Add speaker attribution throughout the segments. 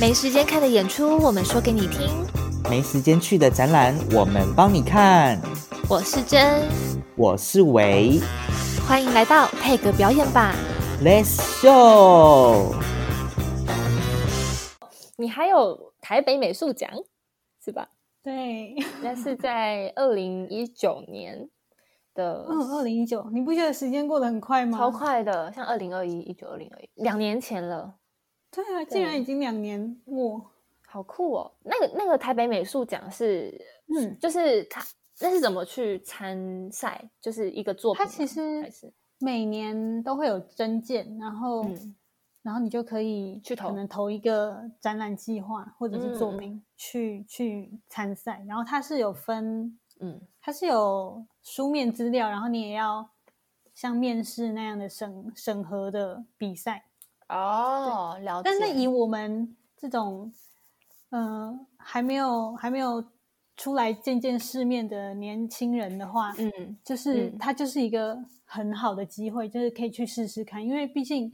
Speaker 1: 没时间看的演出，我们说给你听。
Speaker 2: 没时间去的展览，我们帮你看。
Speaker 1: 我是真，
Speaker 2: 我是维
Speaker 1: 欢迎来到配格表演吧。
Speaker 2: ，Let's show。
Speaker 1: 你还有台北美术奖是吧？
Speaker 3: 对，
Speaker 1: 那是在二零一九年的，
Speaker 3: 嗯， 二零一九，你不觉得时间过得很快吗？
Speaker 1: 超！快的，像二零二一、一九、二零二一，两年前了，
Speaker 3: 对啊，竟然已经两年末。
Speaker 1: 好酷哦！那个那个台北美术奖是，
Speaker 3: 嗯，
Speaker 1: 就是它那是怎么去参赛？就是一个作品
Speaker 3: 它
Speaker 1: 吗，
Speaker 3: 其
Speaker 1: 还
Speaker 3: 实
Speaker 1: 是
Speaker 3: 每年都会有征件，然后、
Speaker 1: 嗯
Speaker 3: 然后你就可以
Speaker 1: 去投
Speaker 3: 可能投一个展览计划或者是作
Speaker 1: 嗯嗯
Speaker 3: 品、去去参赛。然后它是有分，
Speaker 1: 嗯
Speaker 3: 它是有书面资料，然后你也要像面试那样的审审核的比赛。
Speaker 1: 哦，了解。
Speaker 3: 但是以我们这种，呃，还没有还没有出来见见世面的年轻人的话，
Speaker 1: 嗯
Speaker 3: 就是
Speaker 1: 嗯
Speaker 3: 它就是一个很好的机会，就是可以去试试看，因为毕竟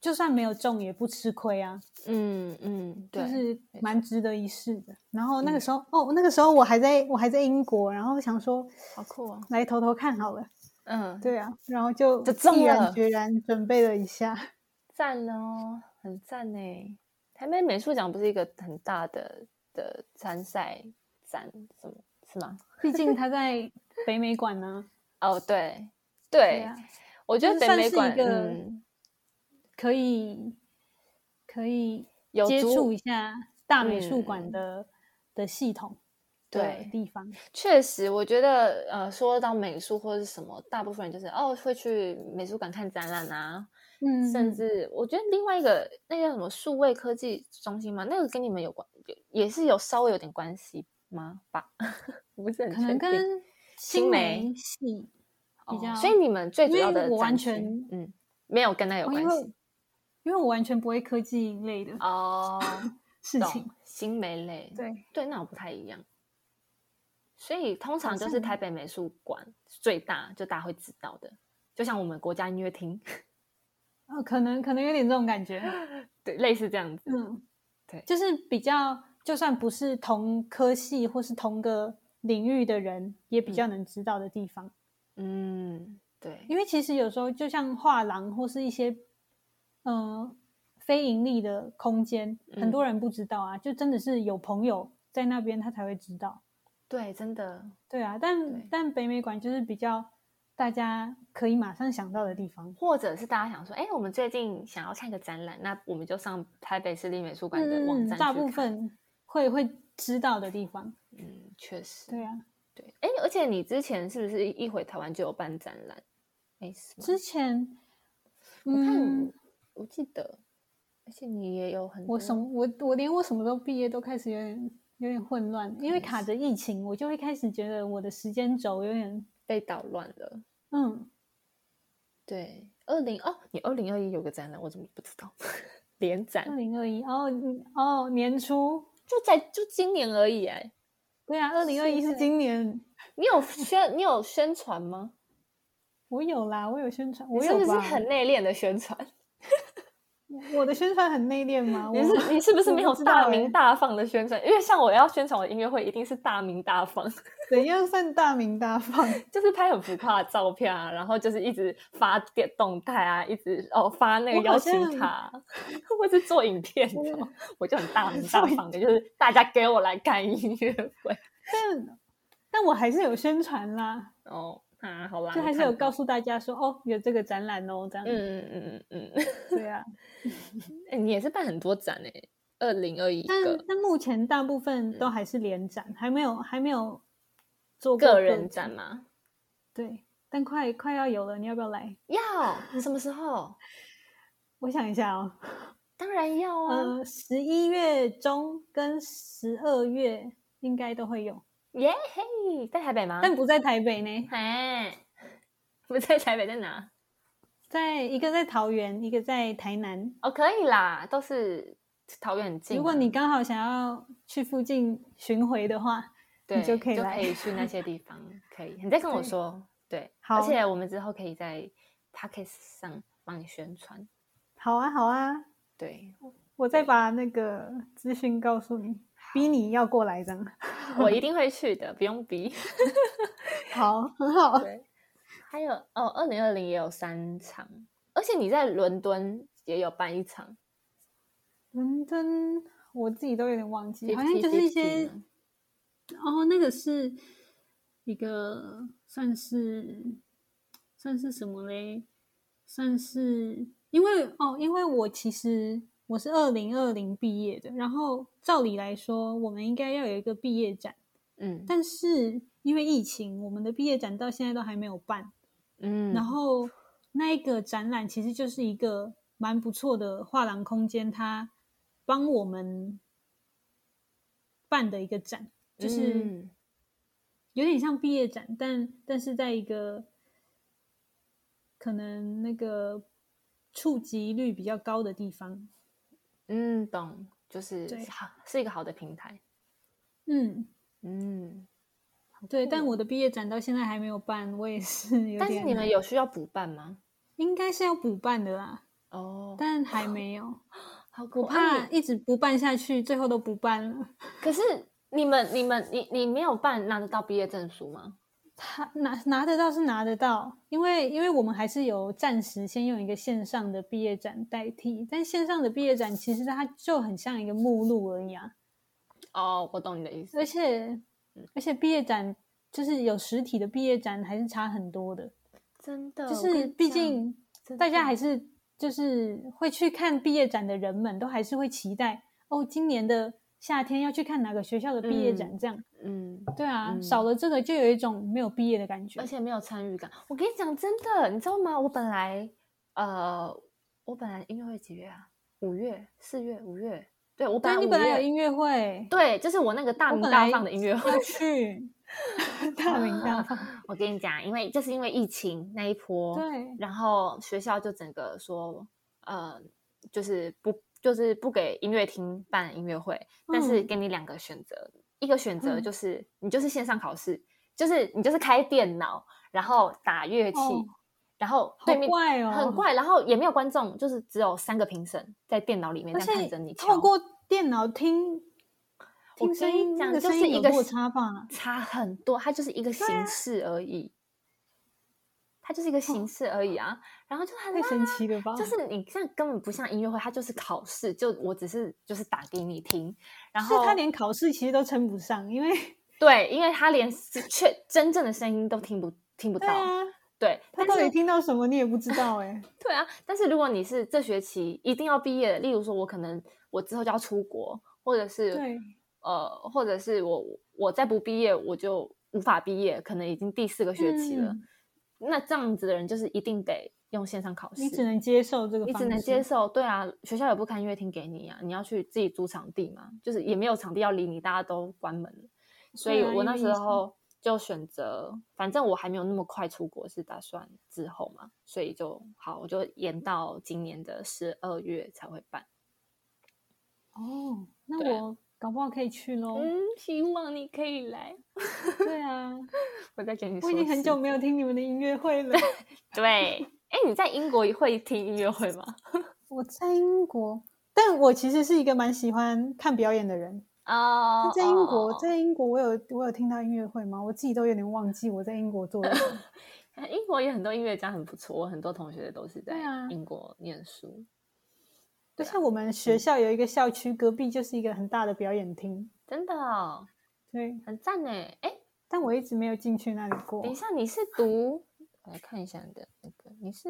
Speaker 3: 就算没有中也不吃亏啊，
Speaker 1: 嗯嗯，对，
Speaker 3: 就是
Speaker 1: 没
Speaker 3: 蛮值得一试的。然后那个
Speaker 1: 嗯
Speaker 3: 时候，哦，那个时候我还在我还在英国，然后想说
Speaker 1: 好酷哦。
Speaker 3: 来投投看好了，
Speaker 1: 嗯，
Speaker 3: 对啊，然后就
Speaker 1: 就中
Speaker 3: 毅
Speaker 1: 了
Speaker 3: 然决然准备了一下，
Speaker 1: 赞哦，很赞呢。台北美术奖不是一个很大的的参赛展，什么是吗？
Speaker 3: 毕竟他在北美馆呢、
Speaker 1: 哦，对
Speaker 3: 对
Speaker 1: 对，
Speaker 3: 啊。
Speaker 1: 我觉
Speaker 3: 就
Speaker 1: 得北
Speaker 3: 是算
Speaker 1: 美
Speaker 3: 是一
Speaker 1: 馆
Speaker 3: 个
Speaker 1: 嗯
Speaker 3: 可以可以
Speaker 1: 有
Speaker 3: 接
Speaker 1: 足
Speaker 3: 触一下大美术馆
Speaker 1: 嗯
Speaker 3: 的、的系统
Speaker 1: 对
Speaker 3: 的地方。
Speaker 1: 确实，我觉得呃，说到美术或是什么，大部分人就是哦会去美术馆看展览啊，
Speaker 3: 嗯，
Speaker 1: 甚至我觉得另外一个那叫什么数位科技中心嘛，那个跟你们有关，也是有稍微有点关系吗？吧， 我不是很
Speaker 3: 可
Speaker 1: 确定。
Speaker 3: 能跟
Speaker 1: 新
Speaker 3: 新
Speaker 1: 媒
Speaker 3: 媒系比较，
Speaker 1: 哦，所以你们最主
Speaker 3: 因
Speaker 1: 要
Speaker 3: 为
Speaker 1: 的
Speaker 3: 我完
Speaker 1: 展区
Speaker 3: 全
Speaker 1: 嗯没有跟他有
Speaker 3: 哦
Speaker 1: 关
Speaker 3: 因为
Speaker 1: 系
Speaker 3: 因为我完全不会科技类的
Speaker 1: 哦，
Speaker 3: 事
Speaker 1: 懂
Speaker 3: 情，
Speaker 1: 新媒类
Speaker 3: 对，
Speaker 1: 对，那我不太一样。所以通常就
Speaker 3: 像
Speaker 1: 是台北美术馆最大，就大家会知道的，就像我们国家音乐厅，
Speaker 3: 呃，可能可能有点这种感觉，
Speaker 1: 对，类似这样子。
Speaker 3: 嗯，
Speaker 1: 对
Speaker 3: 就是比较，就算不是同科系或是同个领域的人，也比较能知道的地方。
Speaker 1: 嗯，对，
Speaker 3: 因为其实有时候就像画廊或是一些嗯、呃非盈利的空间，
Speaker 1: 嗯
Speaker 3: 很多人不知道啊，就真的是有朋友在那边他才会知道。
Speaker 1: 对，真的，
Speaker 3: 对啊，
Speaker 1: 对
Speaker 3: 但但北美馆就是比较大家可以马上想到的地方。
Speaker 1: 或者是大家想说，哎，我们最近想要看个展览，那我们就上台北市立美术馆的网站去看。
Speaker 3: 嗯大部分会会知道的地方。
Speaker 1: 嗯，确实，
Speaker 3: 对啊，
Speaker 1: 对，哎，而且你之前是不是一一回台湾就有办展览？没事吗，
Speaker 3: 之前
Speaker 1: 我看
Speaker 3: 嗯
Speaker 1: 你，我记得，而且你也有很多
Speaker 3: 我什么我我连我什么时候毕业都开始有点有点混乱，因为卡着疫情，我就会开始觉得我的时间轴有点
Speaker 1: 被捣乱了。
Speaker 3: 嗯。
Speaker 1: 对，二零哦，你二零二一有个展览，我怎么不知道？ 联展
Speaker 3: 二零二一哦嗯哦年初，
Speaker 1: 就在就今年而已哎，
Speaker 3: 对啊，二零二一
Speaker 1: 是
Speaker 3: 是今年，
Speaker 1: 你有宣你有宣传吗？
Speaker 3: 我有啦，我有宣传，
Speaker 1: 你
Speaker 3: 我
Speaker 1: 是
Speaker 3: 有
Speaker 1: 不是
Speaker 3: 吧？
Speaker 1: 很内敛的宣传？
Speaker 3: 我的宣传很内敛 吗？
Speaker 1: 你
Speaker 3: 我
Speaker 1: 是你是不是
Speaker 3: 我
Speaker 1: 没
Speaker 3: 不
Speaker 1: 有
Speaker 3: 知
Speaker 1: 大
Speaker 3: 道
Speaker 1: 名
Speaker 3: 欸
Speaker 1: 大放的宣传？因为像我要宣传我的音乐会，一定是大名大放，
Speaker 3: 怎样算大名大放？
Speaker 1: 就是拍很浮夸的照片啊，然后就是一直发电动态啊，一直哦发那个
Speaker 3: 我
Speaker 1: 邀
Speaker 3: 好
Speaker 1: 请
Speaker 3: 像
Speaker 1: 卡啊，或是做影片
Speaker 3: 我
Speaker 1: 的，我就很 大名大
Speaker 3: 做影
Speaker 1: 放的，就是大家给我来看音乐会
Speaker 3: 但但我还是有宣传啦，
Speaker 1: 哦啊，好啦，
Speaker 3: 就
Speaker 1: 你
Speaker 3: 还是
Speaker 1: 看
Speaker 3: 有
Speaker 1: 吧
Speaker 3: 告诉大家说哦有这个展览哦这样，
Speaker 1: 嗯嗯嗯嗯嗯，
Speaker 3: 对啊。
Speaker 1: 哎、你也是办很多展哎、二零二一
Speaker 3: 但
Speaker 1: 个嗯
Speaker 3: 但目前大部分都还是联展，还没有还没有做过
Speaker 1: 个人
Speaker 3: 体
Speaker 1: 展，吗？
Speaker 3: 对，但快快要有了，你要不要来？
Speaker 1: 要什么时候？
Speaker 3: 我想一下哦。
Speaker 1: 当然要啊！
Speaker 3: 呃，十一月中跟十二月应该都会有，
Speaker 1: 耶嘿，在台北吗？
Speaker 3: 但不在台北呢，
Speaker 1: 哎，不在台北，在哪？
Speaker 3: 在一个在桃园，一个在台南。
Speaker 1: 哦，可以啦，都是桃园很近啊。
Speaker 3: 如果你刚好想要去附近巡回的话，
Speaker 1: 对，
Speaker 3: 就可以
Speaker 1: 就
Speaker 3: 来
Speaker 1: 可以去那 些地方，可以。你再跟我
Speaker 3: 对
Speaker 1: 说，对，
Speaker 3: 好
Speaker 1: 而且我们之后可以在 p o d c a s t 上帮你宣传。
Speaker 3: 好啊好啊，
Speaker 1: 对，
Speaker 3: 我再把那个资讯告诉你，逼你要过来这样。
Speaker 1: 我一定会去的，不用逼。
Speaker 3: 好，很 好。
Speaker 1: 对，还有哦，二零二零也有三场，而且你在伦敦也有办一场，
Speaker 3: 伦敦我自己都有点忘记，好像
Speaker 1: 50-50
Speaker 3: 就是一些
Speaker 1: 呢
Speaker 3: 哦，那个是一个算是算是什么嘞？算是因为哦，因为我其实我是二零二零毕业的，然后照理来说，我们应该要有一个毕业展，
Speaker 1: 嗯
Speaker 3: 但是因为疫情，我们的毕业展到现在都还没有办。
Speaker 1: 嗯，
Speaker 3: 然后那一个展览其实就是一个蛮不错的画廊空间，它帮我们办的一个展，就是
Speaker 1: 嗯
Speaker 3: 有点像毕业展，但但是在一个可能那个触及率比较高的地方。
Speaker 1: 嗯懂，就是
Speaker 3: 对
Speaker 1: 是好是一个好的平台，
Speaker 3: 嗯，
Speaker 1: 嗯，
Speaker 3: 对，
Speaker 1: 酷
Speaker 3: 但
Speaker 1: 哦
Speaker 3: 我的毕业展到现在还没有办，我也是有
Speaker 1: 但是
Speaker 3: 点，
Speaker 1: 你们有需要补办吗？
Speaker 3: 应该是要补办的啦，
Speaker 1: 哦，
Speaker 3: 但还没有，
Speaker 1: 好酷
Speaker 3: 我
Speaker 1: 哦
Speaker 3: 怕
Speaker 1: 你
Speaker 3: 一直不办下去，最后都不办了。
Speaker 1: 可是你们你们你你没有办拿得到毕业证书吗？
Speaker 3: 他拿拿得到是拿得到，因为因为我们还是有暂时先用一个线上的毕业展代替，但线上的毕业展其实它就很像一个目录而已啊，
Speaker 1: 哦，我懂你的意思，嗯
Speaker 3: 而且而且毕业展就是有实体的毕业展还是差很多的，
Speaker 1: 真的，
Speaker 3: 就
Speaker 1: 哦我跟嗯
Speaker 3: 是
Speaker 1: 你
Speaker 3: 毕
Speaker 1: 讲
Speaker 3: 竟
Speaker 1: 真
Speaker 3: 大家
Speaker 1: 的
Speaker 3: 还是就是会去看毕业展的人们都还是会期待哦，今年的夏天要去看哪个学校的毕业展
Speaker 1: 嗯
Speaker 3: 这样，
Speaker 1: 嗯，
Speaker 3: 对啊，
Speaker 1: 嗯
Speaker 3: 少了这个就有一种没有毕业的感觉
Speaker 1: 而，且没有参与感。我跟你讲，真的，你知道吗？我本来呃，我本来音乐会几月啊？五月、四月、五月。对，我本来
Speaker 3: 对你
Speaker 1: 五
Speaker 3: 本来有
Speaker 1: 月
Speaker 3: 音乐会，
Speaker 1: 对，就是我那个大
Speaker 3: 我
Speaker 1: 名
Speaker 3: 本
Speaker 1: 大
Speaker 3: 来
Speaker 1: 放的音乐会
Speaker 3: 要。去 大名大放，
Speaker 1: 我跟你讲，因为就是因为疫情那一波，
Speaker 3: 对
Speaker 1: 然后学校就整个说，呃，就是不就是不给音乐厅办音乐会，但是
Speaker 3: 嗯
Speaker 1: 给你两个选择，一个选择
Speaker 3: 嗯
Speaker 1: 就是、你就是线上考试，就是你就是开电脑，然后打乐器，
Speaker 3: 哦
Speaker 1: 然后
Speaker 3: 好
Speaker 1: 对面、
Speaker 3: 怪哦，
Speaker 1: 很，怪，然后也没有观众，就是只有三个评审在电脑里面
Speaker 3: 而
Speaker 1: 这样看着
Speaker 3: 且
Speaker 1: 你
Speaker 3: 透
Speaker 1: 敲。
Speaker 3: 过电脑听
Speaker 1: 我
Speaker 3: 听声音，
Speaker 1: 跟你讲
Speaker 3: 那个
Speaker 1: 就
Speaker 3: 声
Speaker 1: 是
Speaker 3: 音
Speaker 1: 一
Speaker 3: 有
Speaker 1: 个
Speaker 3: 落
Speaker 1: 是
Speaker 3: 差吧？
Speaker 1: 差很多，它就是一个
Speaker 3: 啊
Speaker 1: 形式而已，它就是一个形式而已啊。然后就很
Speaker 3: 哦太神
Speaker 1: 啊
Speaker 3: 奇了吧？
Speaker 1: 就是你这样根本不像音乐会，它就是考试，就我只是就是打给你听，然
Speaker 3: 是
Speaker 1: 后
Speaker 3: 他连考试其实都称不上，因为
Speaker 1: 对，因为他连是确真正的声音都听不听不
Speaker 3: 对
Speaker 1: 到，
Speaker 3: 啊，
Speaker 1: 对，
Speaker 3: 他
Speaker 1: 但
Speaker 3: 到
Speaker 1: 是
Speaker 3: 底听到什么你也不知 道哎。
Speaker 1: 对啊，但是如果你是这学期一定要毕业的，例如说我可能我之后就要出国，或者是
Speaker 3: 对，
Speaker 1: 呃，或者是我我再不毕业我就无法毕业，可能已经第四个学期了。
Speaker 3: 嗯
Speaker 1: 那这样子的人就是一定得用线上考试，
Speaker 3: 你只能接受这个，
Speaker 1: 你只能接。受。对啊，学校也不开音乐厅给你啊，你要去自己租场地嘛，就是也没有场地要理你，大家都关门了。所以
Speaker 3: 对啊
Speaker 1: 我那
Speaker 3: 因为
Speaker 1: 时
Speaker 3: 疫情
Speaker 1: 候就选择，反正我还没有那么快出国，是打算之后嘛，所以就好，我就延到今年的十二月才会办。
Speaker 3: 哦，那
Speaker 1: 对啊
Speaker 3: 我搞不好可以去喽。
Speaker 1: 嗯，希望你可以来，
Speaker 3: 对 啊，
Speaker 1: 我再给你说。
Speaker 3: 我已经很久没有听你们的音乐会 了。
Speaker 1: 对。哎，你在英国会听音乐会吗？
Speaker 3: 我在英国，但我其实是一个蛮喜欢看表演的人。
Speaker 1: 哦、
Speaker 3: 那在英国，
Speaker 1: 哦
Speaker 3: 在英国，我有我有听到音乐会吗？我自己都有点忘记我在英国做了什么。
Speaker 1: 哎英国也很多音乐家很不错，我很多同学都是在
Speaker 3: 对啊
Speaker 1: 英国念书。
Speaker 3: 就像我们
Speaker 1: 嗯
Speaker 3: 学校有一个校区，隔壁就是一个很大的表演厅。
Speaker 1: 真的、哦、
Speaker 3: 对，
Speaker 1: 很赞呢！哎，
Speaker 3: 但我一直没有进去那里过
Speaker 1: 等。一下，你是读？我来看一下你的那个，你是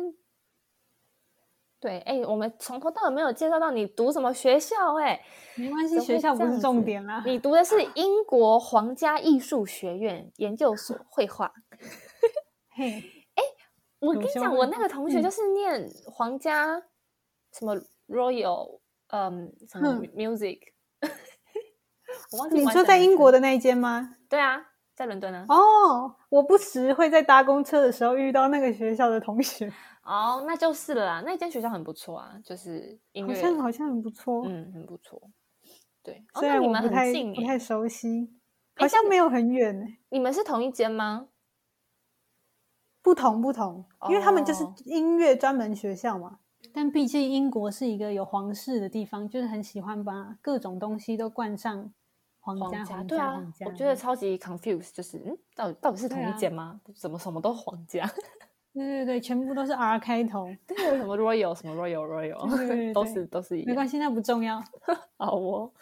Speaker 1: 对哎，我们从头到尾没有介绍到你读什么学校哎，
Speaker 3: 没关
Speaker 1: 怎
Speaker 3: 系，
Speaker 1: 么会
Speaker 3: 学校不
Speaker 1: 这样
Speaker 3: 是
Speaker 1: 子
Speaker 3: 重点啦。
Speaker 1: 你读的是英国皇家艺术学院研究所绘画。
Speaker 3: 嘿，
Speaker 1: 我
Speaker 3: 有
Speaker 1: 跟你
Speaker 3: 些
Speaker 1: 讲，
Speaker 3: 会
Speaker 1: 我那个同学
Speaker 3: 嗯
Speaker 1: 就是念皇家、什么 Royal，嗯，什么
Speaker 3: 嗯
Speaker 1: Music，我忘记
Speaker 3: 你
Speaker 1: 完
Speaker 3: 说
Speaker 1: 整
Speaker 3: 在
Speaker 1: 名
Speaker 3: 英
Speaker 1: 称
Speaker 3: 国的那一间吗？
Speaker 1: 对啊，在伦敦啊。
Speaker 3: 哦，我不时会在搭公车的时候遇到那个学校的同学，
Speaker 1: 哦，那就是了啦。那间学校很不错啊，就是音
Speaker 3: 好
Speaker 1: 乐，
Speaker 3: 像好像很不错。
Speaker 1: 嗯，很不错。对，哦，
Speaker 3: 虽
Speaker 1: 那
Speaker 3: 然
Speaker 1: 你
Speaker 3: 我
Speaker 1: 们
Speaker 3: 不太
Speaker 1: 很近
Speaker 3: 不
Speaker 1: 耶
Speaker 3: 太熟悉，
Speaker 1: 哎
Speaker 3: 好像
Speaker 1: 但
Speaker 3: 没有很远欸
Speaker 1: 你们是同一间吗？
Speaker 3: 不同不同，因为他们就是
Speaker 1: 哦
Speaker 3: 音乐专门学校嘛。但毕竟英国是一个有皇室的地方，就是很喜欢把各种东西都冠上皇
Speaker 1: 皇
Speaker 3: 家、
Speaker 1: 家
Speaker 3: 皇
Speaker 1: 对
Speaker 3: 家、
Speaker 1: 啊
Speaker 3: 皇，家。
Speaker 1: 我觉得超级 confused，就是嗯，到底到底是
Speaker 3: 对
Speaker 1: 同一
Speaker 3: 啊
Speaker 1: 间吗？怎么什么都皇 家？
Speaker 3: 对对对，全部都是 R 开 头，
Speaker 1: 对，什么 royal 什么 royal royal，
Speaker 3: 对对对
Speaker 1: 都
Speaker 3: 对
Speaker 1: 是都是一
Speaker 3: 没
Speaker 1: 样。
Speaker 3: 关系，那不重要。
Speaker 1: 好哦，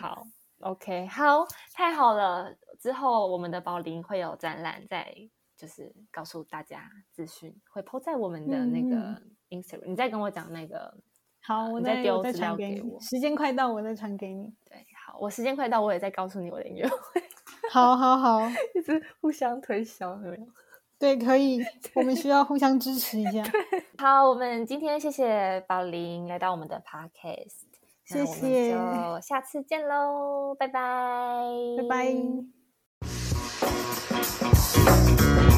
Speaker 1: 好，OK，好，太好了。之后我们的宝林会有展览，再就是告诉大家资讯，会 po 在我们的那
Speaker 3: 嗯
Speaker 1: 个 Instagram、你再跟我讲那个，
Speaker 3: 好，我
Speaker 1: 你再
Speaker 3: 再
Speaker 1: 丢
Speaker 3: 我再
Speaker 1: 资料
Speaker 3: 传给
Speaker 1: 给
Speaker 3: 你，
Speaker 1: 我
Speaker 3: 时间快到我再传给你。
Speaker 1: 对，好，我时间快到，我也再告诉你我的音乐，
Speaker 3: 好好好，
Speaker 1: 一直互相推销，有没 有？
Speaker 3: 对，可以，我们需要互相支持一 下。
Speaker 1: 好，我们今天谢谢宝林来到我们的 Podcast，那
Speaker 3: 谢
Speaker 1: 我们
Speaker 3: 谢
Speaker 1: 就下次见喽，拜拜，
Speaker 3: 拜拜。